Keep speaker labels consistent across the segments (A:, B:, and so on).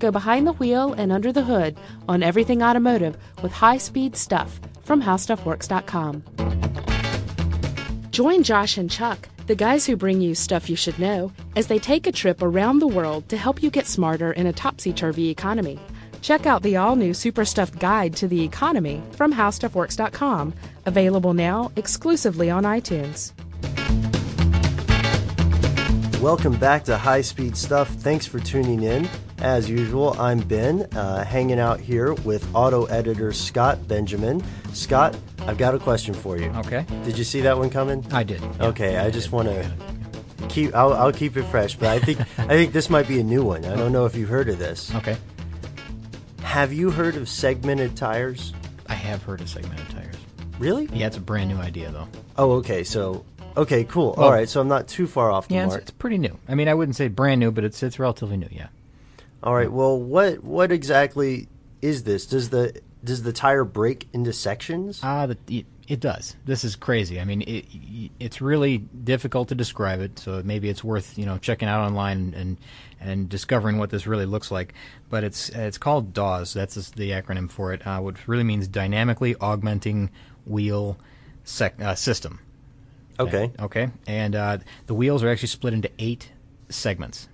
A: Go behind the wheel and under the hood on everything automotive with high speed stuff from howstuffworks.com. Join Josh and Chuck, the guys who bring you stuff you should know, as they take a trip around the world to help you get smarter in a topsy turvy economy. Check out the all new Super Stuffed Guide to the Economy from howstuffworks.com, available now exclusively on iTunes.
B: Welcome back to High Speed Stuff. Thanks for tuning in. As usual, I'm Ben, uh, hanging out here with auto editor Scott Benjamin. Scott, I've got a question for you.
C: Okay.
B: Did you see that one coming?
C: I did.
B: Okay, I just want to keep. I'll, I'll keep it fresh, but I think I think this might be a new one. I don't know if you've heard of this.
C: Okay.
B: Have you heard of segmented tires?
C: I have heard of segmented tires.
B: Really?
C: Yeah, it's a brand new idea, though.
B: Oh, okay. So, okay, cool.
C: Well-
B: All right, so I'm not too far off the
C: Yeah, it's,
B: mark.
C: it's pretty new. I mean, I wouldn't say brand new, but it's it's relatively new. Yeah.
B: All right. Well, what what exactly is this? Does the does the tire break into sections?
C: Ah, the, it, it does. This is crazy. I mean, it, y- it's really difficult to describe it, so maybe it's worth you know checking out online and and discovering what this really looks like. But it's it's called DAWS. That's just the acronym for it, uh, which really means dynamically augmenting wheel sec- uh, system.
B: okay.
C: Okay, and uh, the wheels are actually split into eight segments.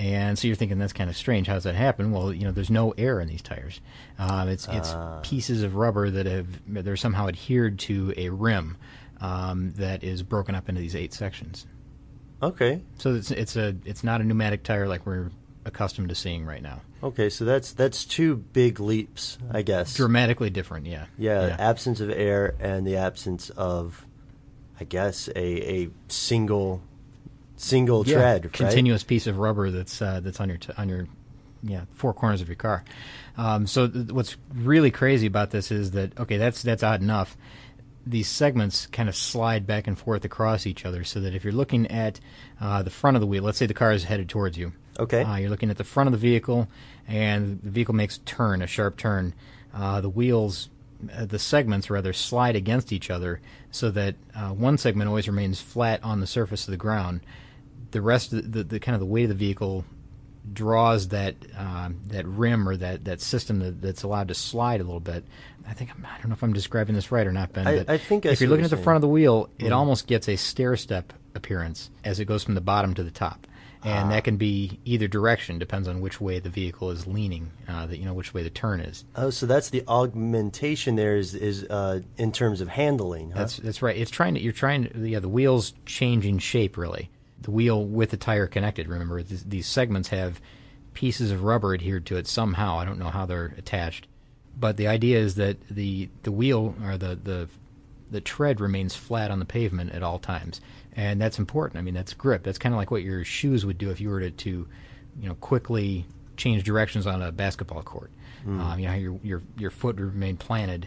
C: And so you're thinking that's kind of strange. How does that happen? Well, you know, there's no air in these tires. Um, it's it's pieces of rubber that have they're somehow adhered to a rim um, that is broken up into these eight sections.
B: Okay.
C: So it's it's a it's not a pneumatic tire like we're accustomed to seeing right now.
B: Okay. So that's that's two big leaps, I guess.
C: Dramatically different, yeah.
B: yeah, Absence of air and the absence of, I guess, a a single, single
C: Yeah,
B: tread. right?
C: continuous piece of rubber that's uh, that's on your t- on your yeah four corners of your car. Um, so th- what's really crazy about this is that okay that's that's odd enough. These segments kind of slide back and forth across each other, so that if you're looking at uh, the front of the wheel, let's say the car is headed towards you.
B: Okay.
C: Uh, you're looking at the front of the vehicle, and the vehicle makes a turn, a sharp turn. Uh, the wheels, uh, the segments rather, slide against each other so that uh, one segment always remains flat on the surface of the ground. The rest, of the, the, the kind of the weight of the vehicle draws that um, that rim or that, that system that, that's allowed to slide a little bit. I think I'm, I don't know if I'm describing this right or not, Ben.
B: I-
C: but
B: I think I
C: if
B: see
C: you're
B: what
C: looking
B: you're
C: at the
B: saying.
C: front of the wheel, it almost gets a stair step appearance as it goes from the bottom to the top, and that can be either direction. Depends on which way the vehicle is leaning. Uh, that you know which way the turn is.
B: Oh, so that's the augmentation. There is is uh, in terms of handling. Huh?
C: That's that's right. It's trying to you're trying to yeah the wheels changing shape really. The wheel with the tire connected. Remember th- these segments have pieces of rubber adhered to it somehow. I don't know how they're attached, but the idea is that the the wheel or the the the tread remains flat on the pavement at all times, and that's important. I mean that's grip. That's kind of like what your shoes would do if you were to, to you know quickly change directions on a basketball court. Um, you know how your your your foot would remain planted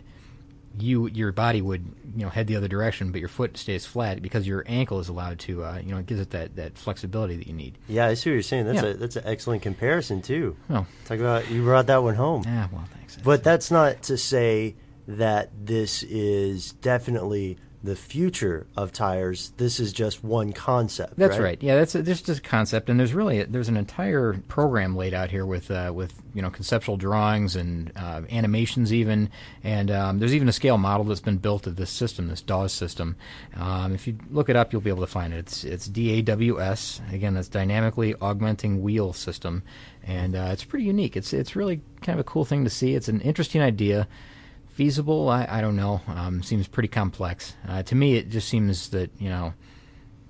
A: you your body would you know head the other direction, but your foot stays flat because your ankle is allowed to uh, you know it gives it that, that flexibility that you need.
B: Yeah, I see what you're saying. That's
A: Yeah.
B: a that's an excellent comparison too.
A: Oh.
B: Talk about you brought that one home.
A: Ah, well, thanks.
B: But that's not to say that this is definitely the future of tires. This is just one concept.
A: That's right. Yeah, that's a, there's just a concept, and there's really there's an entire program laid out here with uh, with you know conceptual drawings and uh, animations even, and um, there's even a scale model that's been built of this system, this DAWS system. Um, if you look it up, you'll be able to find it. It's it's
C: E
A: DAWS again. That's dynamically augmenting wheel system, and uh, it's pretty unique. It's it's really kind of a cool thing to see. It's an interesting idea feasible i, I don't know um, seems pretty complex uh, to me it just seems that you know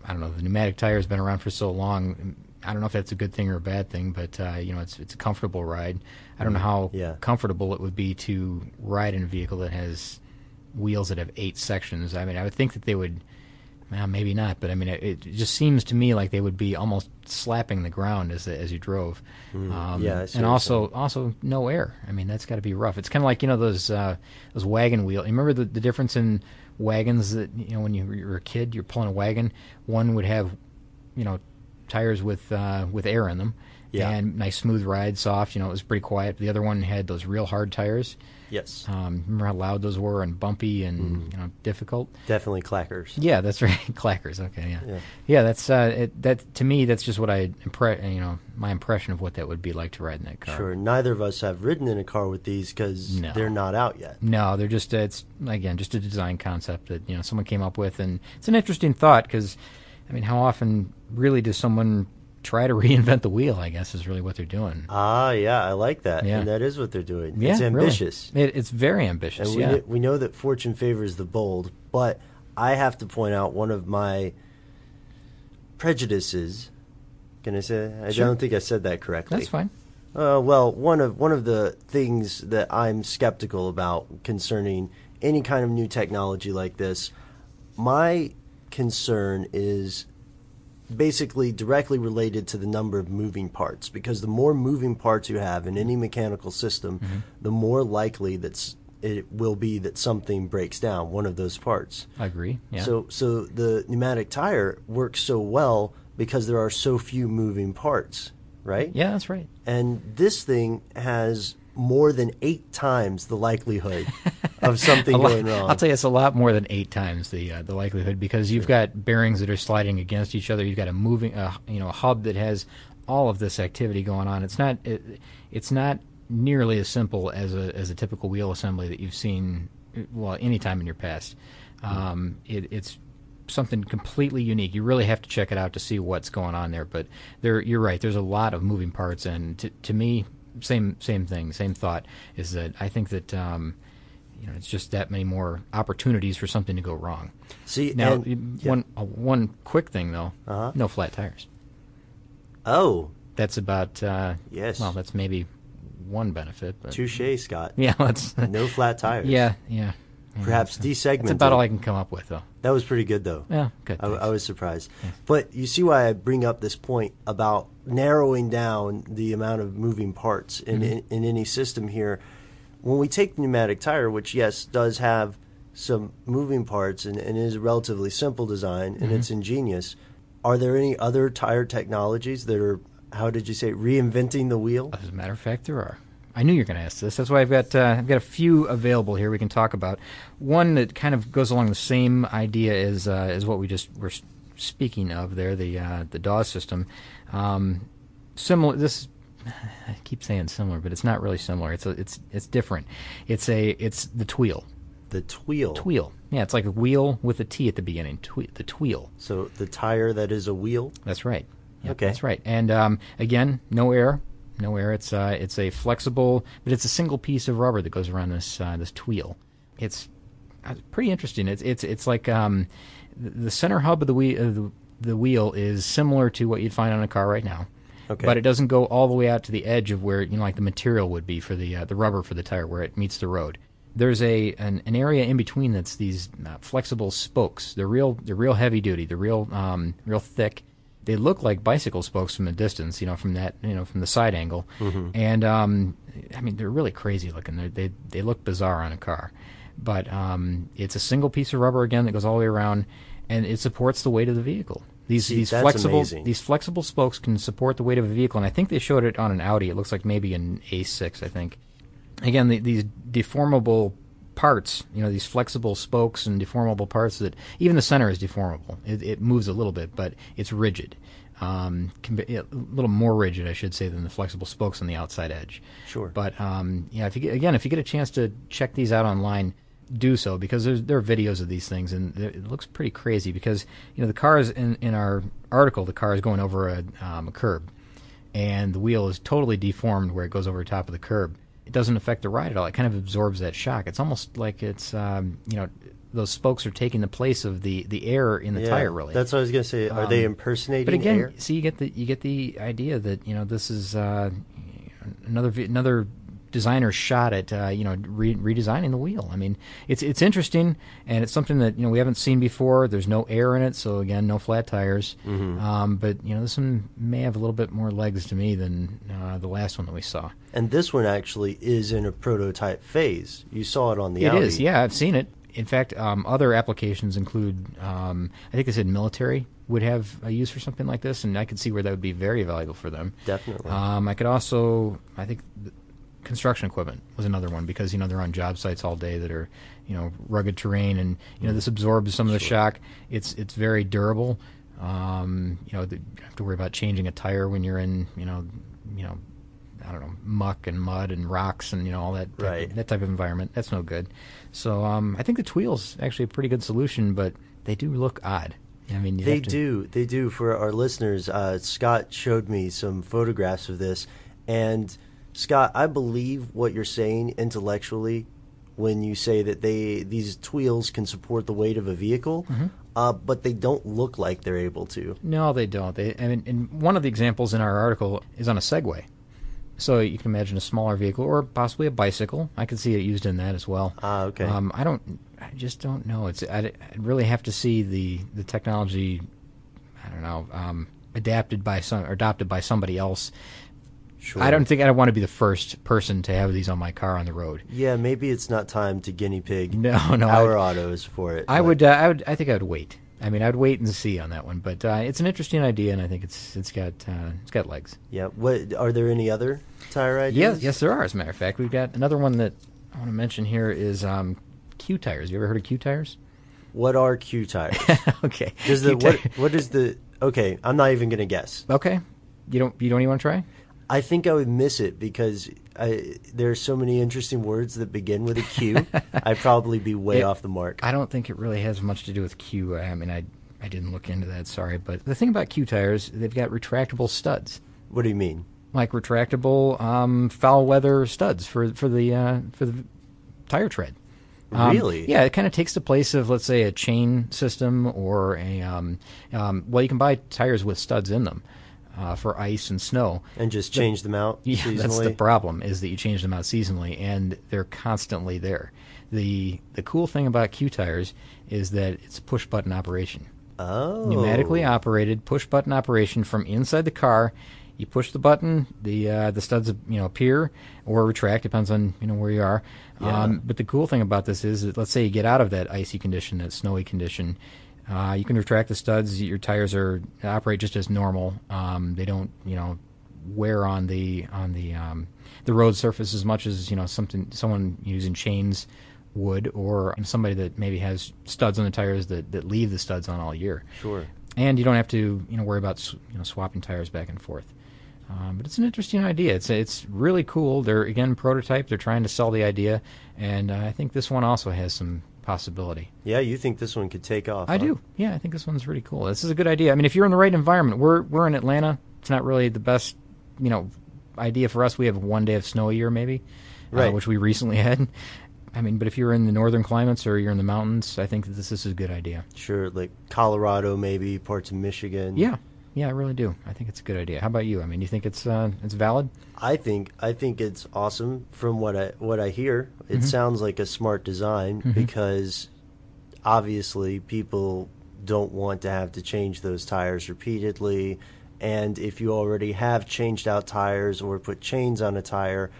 A: i don't know the pneumatic tire has been around for so long i don't know if that's a good thing or a bad thing but uh, you know it's it's a comfortable ride i don't know how
B: Yeah.
A: comfortable it would be to ride in a vehicle that has wheels that have eight sections i mean i would think that they would well, maybe not, but I mean, it, it just seems to me like they would be almost slapping the ground as as you drove. Um,
B: Yeah, I see
A: and
B: what you're
A: also also no air. I mean, that's got to be rough. It's kind of like you know those uh, those wagon wheel. You remember the, the difference in wagons that you know when you were you were a kid, you're pulling a wagon. One would have you know tires with uh, with air in them.
B: Yeah.
A: And nice smooth ride, soft. You know, it was pretty quiet. The other one had those real hard tires.
B: Yes.
A: Um, remember how loud those were and bumpy and you know difficult.
B: Definitely clackers.
A: Yeah, that's right. Clackers. Okay, yeah,
B: Yeah.
A: yeah. that's uh, it, that to me. That's just what I impre- You know, my impression of what that would be like to ride in that car.
B: Sure. Neither of us have ridden in a car with these because
A: No.
B: they're not out yet.
A: No, they're just uh, it's again just a design concept that you know someone came up with, and it's an interesting thought because, I mean, how often really does someone try to reinvent the wheel? I guess is really what they're doing.
B: Ah, yeah, I like that.
A: Yeah.
B: And that is what they're doing.
A: yeah,
B: it's
A: really.
B: ambitious.
A: It, it's very ambitious.
B: And we,
A: yeah.
B: kn- we know that fortune favors the bold, but I have to point out one of my prejudices. Can I say? that? I
A: Sure.
B: don't think I said that correctly.
A: that's fine.
B: Uh, well, one of one of the things that I'm skeptical about concerning any kind of new technology like this, my concern is basically directly related to the number of moving parts because the more moving parts you have in any mechanical system, the more likely that's it will be that something breaks down one of those parts.
A: I agree. Yeah.
B: So so the pneumatic tire works so well because there are so few moving parts, right?
A: yeah, that's right.
B: and this thing has more than eight times the likelihood of something
A: A lot-
B: going wrong.
A: I'll tell you, it's a lot more than eight times the uh, the likelihood because you've got bearings that are sliding against each other. You've got a moving, uh, you know, a hub that has all of this activity going on. It's not it, it's not nearly as simple as a as a typical wheel assembly that you've seen. uh, Well, any time in your past,
B: Hmm.
A: um, it, it's something completely unique. You really have to check it out to see what's going on there. But there, you're right. There's a lot of moving parts, and to, to me, same same thing, same thought is that I think that. Um, you know, it's just that many more opportunities for something to go wrong.
B: See,
A: Now,
B: and- Uh-huh.
A: y- one uh, one quick thing though, no flat tires.
B: oh,
A: That's about uh,
B: Yes.
A: Well, that's maybe one benefit. But
B: touche, Scott.
A: yeah, that's
B: No flat tires.
A: yeah, yeah. yeah.
B: Perhaps desegmented.
A: That's about all I can come up with though.
B: That was pretty good, though.
A: Yeah, good,
B: I, I
A: thanks.
B: was surprised. But you see why I bring up this point about narrowing down the amount of moving parts in,
A: Mm-hmm.
B: in, in any system here. When we take the pneumatic tire, which, yes, does have some moving parts and, and is a relatively simple design and
A: Mm-hmm.
B: it's ingenious, are there any other tire technologies that are, how did you say, it, reinventing the wheel?
A: As a matter of fact, there are. I knew you were going to ask this. That's why I've got uh, I've got a few available here we can talk about. One that kind of goes along the same idea as uh, as what we just were s- speaking of there, the uh, the DAWS system. Um, similar. This I keep saying similar, but it's not really similar. It's a, it's it's different. It's a it's the tweel.
B: The tweel.
A: Tweel. Yeah, it's like a wheel with a T at the beginning. Twe- the tweel.
B: So the tire that is a wheel?
A: That's right. Yep,
B: Okay.
A: That's right. And um, again, no air, no air. It's uh, it's a flexible, but it's a single piece of rubber that goes around this uh, this tweel. It's uh, pretty interesting. It's it's it's like um, the the center hub of the wheel of the, the wheel is similar to what you'd find on a car right now.
B: Okay.
A: But it doesn't go all the way out to the edge of where you know, like the material would be for the uh, the rubber for the tire, where it meets the road. There's a an, an area in between that's these uh, flexible spokes. They're real. They're real heavy duty. They're real um, real thick. They look like bicycle spokes from a distance. You know, from that you know from the side
B: Mm-hmm.
A: angle. And um, I mean, they're really crazy looking. They're, they they look bizarre on a car. But um, it's a single piece of rubber again that goes all the way around, and it supports the weight of the vehicle. These
B: See,
A: these
B: that's
A: flexible
B: amazing.
A: these flexible spokes can support the weight of a vehicle, and I think they showed it on an Audi. It looks like maybe an A6, I think. Again, the, these deformable parts, you know, these flexible spokes and deformable parts that even the center is deformable. It, it moves a little bit, but it's rigid. Um, can be, a little more rigid, I should say, than the flexible spokes on the outside edge.
B: Sure.
A: But um, yeah, if you get, again, if you get a chance to check these out online, do so because there's, there are videos of these things and th- it looks pretty crazy because you know the car is in, in our article the car is going over a, um, a curb and the wheel is totally deformed where it goes over the top of the curb. It doesn't affect the ride at all. It kind of absorbs that shock. It's almost like it's um, you know those spokes are taking the place of the the air in the
B: Yeah,
A: tire really. Um,
B: That's what I was gonna say. Are they impersonating
A: But again,
B: air?
A: see, you get the you get the idea that you know this is uh, another vi- another designer shot at uh, you know re- redesigning the wheel. I mean, it's it's interesting and it's something that you know we haven't seen before. There's no air in it, so again, no flat tires. Um, but you know, this one may have a little bit more legs to me than uh, the last one that we saw.
B: And this one actually is in a prototype phase. You saw it on the
A: It is,
B: Audi.
A: yeah, I've seen it. In fact, um, other applications include, um, I think they said military would have a use for something like this, and I could see where that would be very valuable for them.
B: Definitely.
A: Um, I could also, I think, th- construction equipment was another one because you know they're on job sites all day that are, you know, rugged terrain, and you know
B: Mm.
A: this absorbs some of the shock. It's it's very durable. Um, you know, the, you don't have to worry about changing a tire when you're in, you know, you know, I don't know, muck and mud and rocks and you know all that type of-
B: Right.
A: that type of environment. That's no good. So um, I think the Tweel's actually a pretty good solution, but they do look odd. I mean, you
B: They
A: have to-
B: do. They do. For our listeners, uh, Scott showed me some photographs of this. And Scott, I believe what you're saying intellectually when you say that they these wheels can support the weight of a vehicle,
A: Mm-hmm.
B: uh, but they don't look like they're able to.
A: No, they don't. They, I mean, and one of the examples in our article is on a Segway. So you can imagine a smaller vehicle or possibly a bicycle. I could see it used in that as well.
B: Ah, okay.
A: Um, I don't. I just don't know. It's. I'd, I'd really have to see the the technology. I don't know. Um, adapted by some or adopted by somebody else.
B: Sure.
A: I don't think I want to be the first person to have these on my car on the road.
B: Yeah, maybe it's not time to guinea pig
A: No, no,
B: our
A: I-
B: autos for it.
A: I
B: but
A: would. Uh, I would. I think I would wait. I mean, I'd wait and see on that one. But uh, it's an interesting idea, and I think it's it's got uh, it's got legs.
B: Yeah. What are there any other tire ideas?
A: Yes, yes, there are. As a matter of fact, we've got another one that I want to mention here is um, Q tires. You ever heard of Q tires?
B: What are Q tires?
A: okay.
B: Does the
A: Q tire-
B: what? What is the? Okay, I'm not even gonna guess.
A: Okay. You don't. You don't even want to try?
B: I think I would miss it because I, there are so many interesting words that begin with a Q. I'd probably be way
A: It-
B: off the mark.
A: I don't think it really has much to do with Q. I mean, I I didn't look into that. Sorry, but the thing about Q tires, they've got retractable studs,
B: what do you mean?
A: like retractable um, foul weather studs for for the uh, for the tire tread. Um,
B: really?
A: Yeah, it kind of takes the place of, let's say, a chain system or a. Um, um, well, you can buy tires with studs in them uh, for ice and snow.
B: And just change them out
A: Yeah,
B: seasonally.
A: that's the problem is that you change them out seasonally, and they're constantly there. the The cool thing about Q tires is that it's a push button operation
B: oh,
A: pneumatically operated push button operation from inside the car. You push the button, the uh, the studs you know appear or retract depends on you know where you are. Um, but the cool thing about this is that let's say you get out of that icy condition, that snowy condition, uh, you can retract the studs. Your tires are operate just as normal. Um, they don't you know wear on the on the um, the road surface as much as you know something someone using chains would or somebody that maybe has studs on the tires that, that leave the studs on all year
B: Sure.
A: and you don't have to you know worry about s- you know swapping tires back and forth. Um, but it's an interesting idea. It's it's really cool. They're again prototype. They're trying to sell the idea, and uh, I think this one also has some possibility.
B: Yeah, you think this one could take off?
A: I
B: huh?
A: do. Yeah, I think this one's really cool. This is a good idea. I mean, if you're in the right environment, we're we're in Atlanta. It's not really the best, you know, idea for us. We have one day of snow a year, maybe, uh,
B: Right.
A: which we recently had. I mean, but if you're in the northern climates or you're in the mountains, I think that this is a good idea.
B: Sure, like Colorado, maybe parts of Michigan.
A: Yeah, yeah, I really do. I think it's a good idea. How about you? I mean, you think it's uh, it's valid?
B: I think I think it's awesome from what I what I hear. It
A: Mm-hmm.
B: sounds like a smart design because obviously people don't want to have to change those tires repeatedly and if you already have changed out tires or put chains on a tire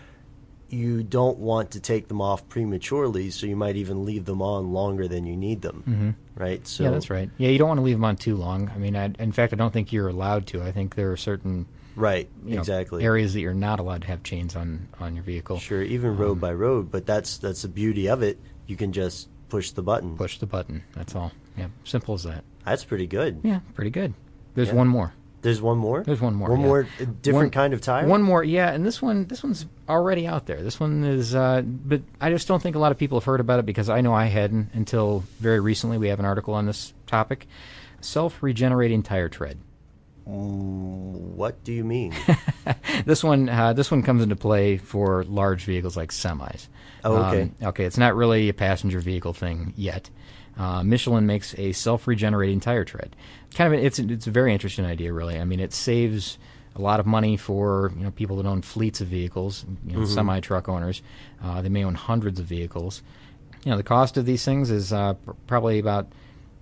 B: you don't want to take them off prematurely, so you might even leave them on longer than you need them. Mm-hmm. Right? So
A: yeah, that's right. Yeah, you don't want to leave them on too long. I mean, I, in fact, I don't think you're allowed to. I think there are certain
B: Right,
A: you know,
B: exactly.
A: areas that you're not allowed to have chains on on your vehicle.
B: Sure, even
A: Um,
B: road by road, but that's that's the beauty of it. You can just push the button.
A: Push the button. That's all. Yeah, simple as that.
B: That's pretty good.
A: Yeah, pretty good. There's one more.
B: There's one more.
A: There's one more.
B: One
A: yeah.
B: more uh, different
A: One-
B: kind of tire.
A: One more, yeah. And this one, this one's already out there. This one is, uh, but I just don't think a lot of people have heard about it because I know I hadn't until very recently. We have an article on this topic: self-regenerating tire tread.
B: What do you mean?
A: Um, This one, uh, this one comes into play for large vehicles like semis.
B: Oh, okay.
A: Um, okay, it's not really a passenger vehicle thing yet. Uh, Michelin makes a self-regenerating tire tread. Kind of, it's it's a very interesting idea, really. I mean, it saves a lot of money for you know people that own fleets of vehicles, you know,
B: Mm-hmm.
A: semi truck owners. Uh, they may own hundreds of vehicles. You know, the cost of these things is uh, pr- probably about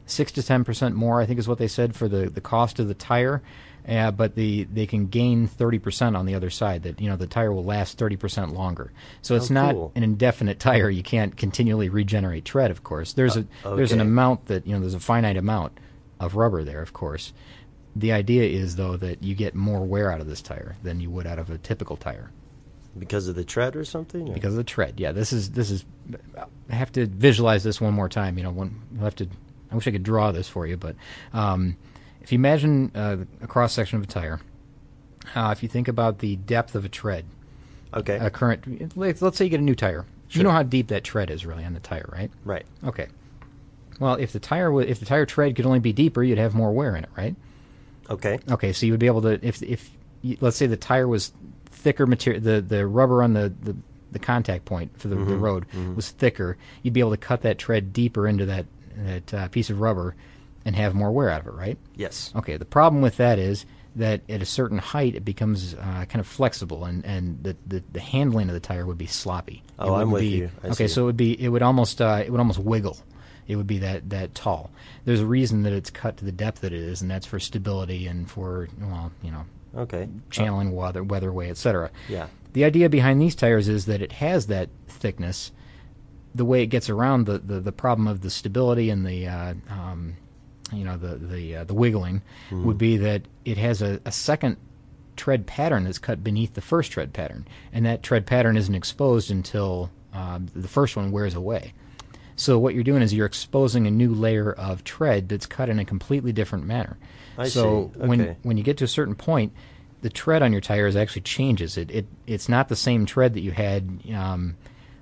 A: six to ten percent more. I think is what they said for the, the cost of the tire, uh, but the they can gain thirty percent on the other side. That you know the tire will last thirty percent longer. So it's
B: Oh,
A: not
B: cool.
A: an indefinite tire. You can't continually regenerate tread. Of course, there's a there's an
B: okay.
A: amount that you know there's a finite amount of rubber there. Of course, the idea is though that you get more wear out of this tire than you would out of a typical tire
B: because of the tread or something? or-
A: because of the tread. Yeah, this is this is. I have to visualize this one more time. You know, one I have to. I wish I could draw this for you, but um, if you imagine uh, a cross section of a tire, uh, if you think about the depth of a tread,
B: okay,
A: a current. Let's let's say you get a new tire. You know how deep that tread is really on the tire, right?
B: right.
A: Okay. Well, if the tire wa- if the tire tread could only be deeper, you'd have more wear in it, right?
B: Okay,
A: Okay, so you would be able to if if you, let's say the tire was thicker material, the the rubber on the the, the contact point for the, the road was thicker, you'd be able to cut that tread deeper into that that uh, piece of rubber and have more wear out of it, right?
B: yes.
A: Okay, the problem with that is that at a certain height it becomes uh, kind of flexible and, and the, the, the handling of the tire would be sloppy. It
B: Oh, I'm
A: wouldn't
B: with
A: be-
B: you. I
A: okay,
B: see.
A: so it would be it would almost uh, it would almost wiggle. It would be that, that tall. There's a reason that it's cut to the depth that it is, and that's for stability and for well, you know,
B: Okay,
A: channeling weather, weather way, etc.
B: Yeah.
A: The idea behind these tires is that it has that thickness. The way it gets around the, the, the problem of the stability and the uh, um, you know the the uh, the wiggling
B: Hmm.
A: would be that it has a, a second tread pattern that's cut beneath the first tread pattern, and that tread pattern isn't exposed until uh, the first one wears away. So what you're doing is you're exposing a new layer of tread that's cut in a completely different manner.
B: I
A: so
B: see.
A: when
B: Okay.
A: when you get to a certain point, the tread on your tires actually changes. It, it it's not the same tread that you had. Um,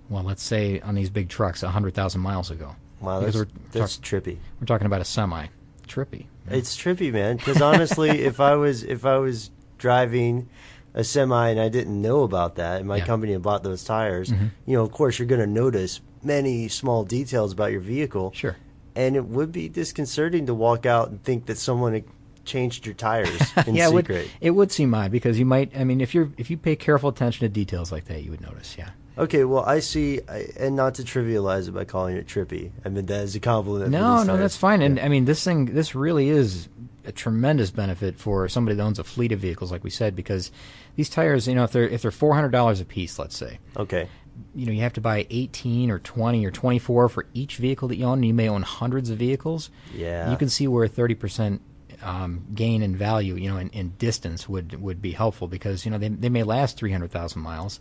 A: well, let's say on these big trucks, hundred thousand miles ago.
B: wow,
A: Because
B: that's,
A: we're,
B: that's
A: talk-
B: trippy.
A: we're talking about a semi, trippy.
B: It's trippy, man. Because honestly, if I was if I was driving a semi and I didn't know about that, and my
A: Yeah. Mm-hmm.
B: company had bought those tires, you know, of course, you're going to notice many small details about your vehicle.
A: Sure.
B: And it would be disconcerting to walk out and think that someone had changed your tires in
A: yeah, it
B: secret.
A: would, it would seem odd because you might. I mean, if you're if you pay careful attention to details like that, you would notice. Yeah.
B: Okay, well, I see, I, and not to trivialize it by calling it trippy. I mean that is a compliment. for
A: No,
B: these
A: no,
B: tires.
A: that's fine. And I mean, this thing, this really is a tremendous benefit for somebody that owns a fleet of vehicles, like we said, because these tires, you know, if they're if they're four hundred dollars a piece, let's say,
B: Okay,
A: you know, you have to buy eighteen or twenty or twenty four for each vehicle that you own. and You may own hundreds of vehicles.
B: Yeah.
A: you can see where thirty percent. Um, gain in value, you know, in, in distance would would be helpful because you know they they may last three hundred thousand miles,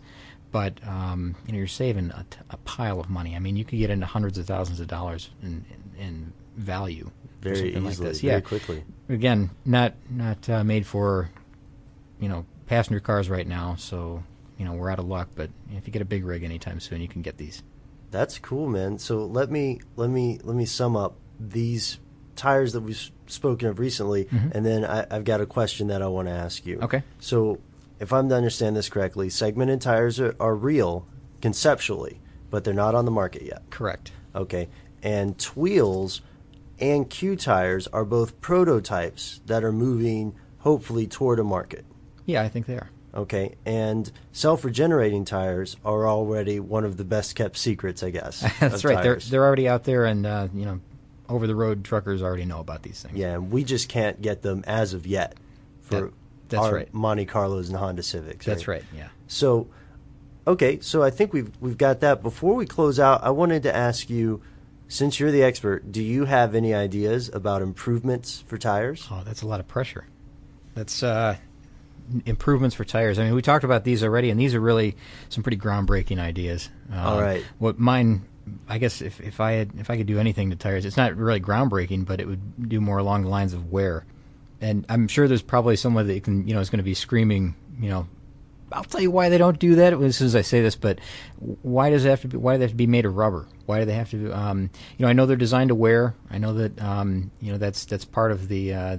A: but um, you know you're saving a, t- a pile of money. I mean, you could get into hundreds of thousands of dollars in in, in value for
B: Very
A: something
B: easily,
A: like this.
B: very
A: yeah,
B: quickly.
A: Again, not not uh, made for you know passenger cars right now, so you know we're out of luck. But if you get a big rig anytime soon, you can get these.
B: that's cool, man. So let me let me let me sum up these tires that we've s- spoken of recently, and then I, I've got a question that I want to ask you.
A: Mm-hmm. Okay.
B: So, if I'm to understand this correctly, segmented tires are, are real conceptually, but they're not on the market yet.
A: Correct.
B: Okay. And Tweels and Q tires are both prototypes that are moving hopefully toward a market.
A: Yeah, I think they are.
B: Okay. And self regenerating tires are already one of the best kept secrets, I guess.
A: That's
B: of
A: right.
B: tires.
A: They're they're already out there, and uh, you know, over the road truckers already know about these things.
B: yeah. And we just can't get them as of yet for
A: That- that's
B: our
A: right.
B: Monte Carlos and Honda Civics.
A: that's right. Yeah.
B: So Okay, so I think we've we've got that. Before we close out, I wanted to ask you, since you're the expert, do you have any ideas about improvements for tires?
A: Oh, that's a lot of pressure. That's uh, improvements for tires. I mean, we talked about these already, and these are really some pretty groundbreaking ideas. Um,
B: All right.
A: What mine, I guess, if, if I had, if I could do anything to tires, it's not really groundbreaking, but it would do more along the lines of wear. And I'm sure there's probably someone that can, you know, is going to be screaming, you know, I'll tell you why they don't do that as soon as I say this, but why does it have to be? Why do they have to be made of rubber? Why do they have to? Um, you know, I know they're designed to wear. I know that um, you know that's that's part of the uh,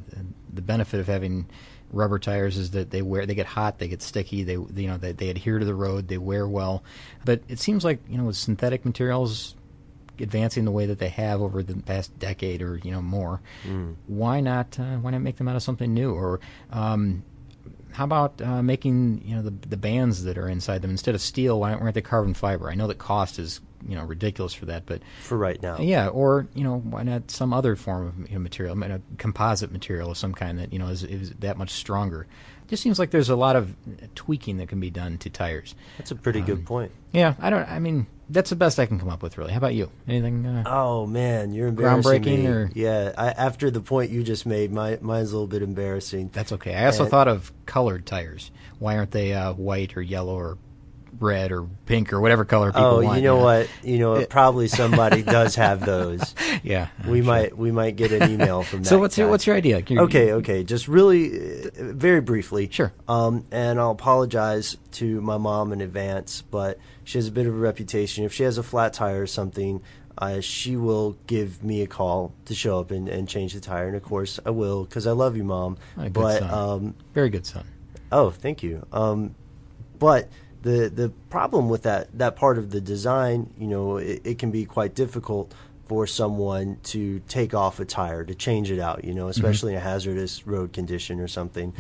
A: the benefit of having rubber tires is that they wear. They get hot. They get sticky. They you know they, they adhere to the road. They wear well. But it seems like you know with synthetic materials advancing the way that they have over the past decade or you know more, why not uh, why not make them out of something new or um, how about uh, making you know the the bands that are inside them instead of steel? Why aren't they carbon fiber? I know that cost is you know ridiculous for that, but
B: For right now,
A: yeah, or you know why not some other form of you know, material, I mean, a composite material of some kind that you know is, is that much stronger. just seems like there's a lot of tweaking that can be done to tires.
B: that's a pretty
A: Um,
B: good point.
A: Yeah, I don't. I mean, that's the best I can come up with, really. How about you? Anything? Uh,
B: Oh man, you're embarrassing
A: Groundbreaking
B: me.
A: or-
B: Yeah, I, after the point you just made, my mine's a little bit embarrassing.
A: That's okay. I also
B: And-
A: thought of colored tires. Why aren't they uh, white or yellow or red or pink or whatever color people
B: oh,
A: want?
B: you know
A: yeah.
B: what? You know, what? probably somebody does have those.
A: Yeah.
B: We might we might get an email from that.
A: So what's your,
B: guy.
A: what's your idea? Your-
B: Okay, okay. Just really, uh, very briefly.
A: Sure.
B: Um, and I'll apologize to my mom in advance, but she has a bit of a reputation. If she has a flat tire or something, uh, she will give me a call to show up and, and change the tire. And of course, I will because I love you, mom.
A: Oh, good
B: but
A: son.
B: um,
A: Very good son.
B: Oh, thank you. Um, but the the problem with that that part of the design, you know, it, it can be quite difficult for someone to take off a tire to change it out. You know, especially in a hazardous road condition or something.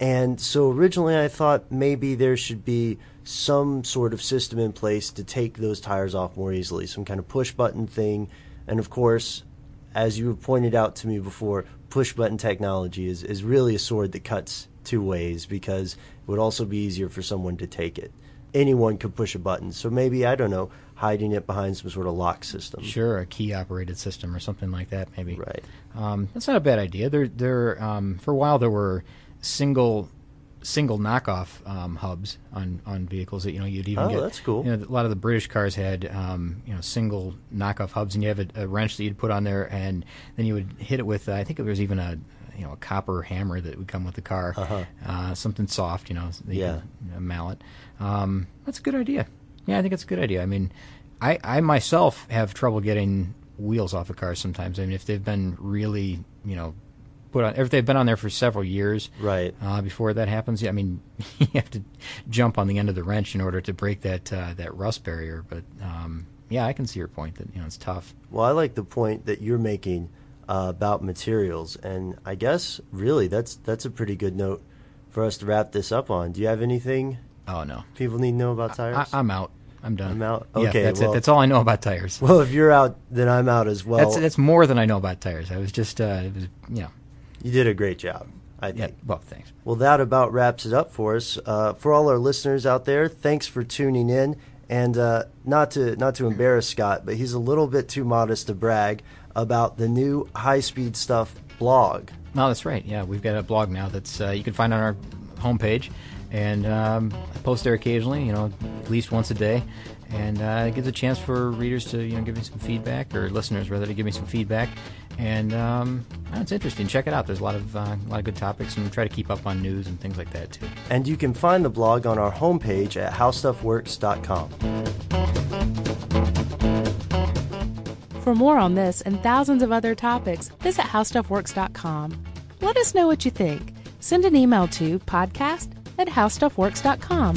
B: And so originally, I thought maybe there should be some sort of system in place to take those tires off more easily, some kind of push button thing. And of course, as you have pointed out to me before, push button technology is, is really a sword that cuts two ways because it would also be easier for someone to take it. Anyone could push a button. So maybe, I don't know, hiding it behind some sort of lock system.
A: Sure, a key operated system or something like that, maybe.
B: Right.
A: Um, that's not a bad idea. There, there. Um, for a while, there were single, single knockoff um, hubs on on vehicles that you know you'd even
B: Oh,
A: get.
B: that's cool.
A: You know, a lot of the British cars had um, you know single knockoff hubs, and you have a, a wrench that you'd put on there, and then you would hit it with. Uh, I think it was even a you know a copper hammer that would come with the car, uh something soft, you know, that you
B: Uh-huh. Yeah.
A: could- a mallet. Um, that's a good idea. Yeah, I think it's a good idea. I mean, I, I myself have trouble getting wheels off of cars sometimes. I mean, if they've been really, you know, put on, if they've been on there for several years,
B: Right.
A: uh, before that happens, yeah, I mean, you have to jump on the end of the wrench in order to break that uh, that rust barrier. But um, yeah, I can see your point that you know it's tough.
B: Well, I like the point that you're making uh, about materials, and I guess really that's that's a pretty good note for us to wrap this up on. Do you have anything
A: Oh no,
B: people need to know about
A: I,
B: tires?
A: I'm out. I'm done.
B: I'm out?
A: Yeah,
B: Okay,
A: that's
B: well-
A: it. That's all I know about tires.
B: well, if you're out, then I'm out as well.
A: that's that's more than I know about tires. I was just, uh, it was, you know,
B: you did a great job. I think.
A: yeah. Well, thanks.
B: Well, that about wraps it up for us. Uh, for all our listeners out there, thanks for tuning in. And uh, not to not to embarrass Scott, but he's a little bit too modest to brag about the new high speed stuff blog.
A: No, that's right. Yeah, we've got a blog now that's uh, you can find on our homepage, and um, I post there occasionally. You know, at least once a day, and uh, it gives a chance for readers to you know give me some feedback or listeners rather to give me some feedback. And um, it's interesting. Check it out. There's a lot of uh, a lot of good topics, and try to keep up on news and things like that too.
B: And you can find the blog on our homepage at howstuffworks.com.
D: For more on this and thousands of other topics, visit howstuffworks.com. Let us know what you think. Send an email to podcast at howstuffworks.com.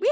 E: We